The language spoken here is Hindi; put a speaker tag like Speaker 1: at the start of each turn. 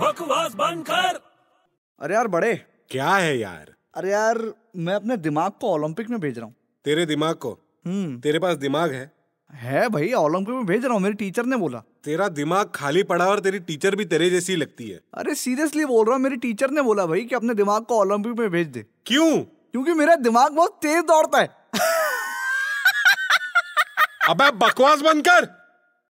Speaker 1: बकवास बंद कर
Speaker 2: अरे यार बड़े
Speaker 3: क्या है यार
Speaker 2: अरे यार मैं अपने दिमाग को ओलंपिक में भेज रहा हूँ
Speaker 3: तेरे दिमाग को
Speaker 2: हम्म
Speaker 3: तेरे पास दिमाग है
Speaker 2: है भाई ओलंपिक में भेज रहा हूँ मेरी टीचर ने बोला
Speaker 3: तेरा दिमाग खाली पड़ा और तेरी टीचर भी तेरे जैसी लगती है
Speaker 2: अरे सीरियसली बोल रहा हूँ मेरी टीचर ने बोला भाई कि अपने दिमाग को ओलंपिक में भेज दे
Speaker 3: क्यों
Speaker 2: क्योंकि मेरा दिमाग बहुत तेज दौड़ता है
Speaker 3: अबे बकवास बंद कर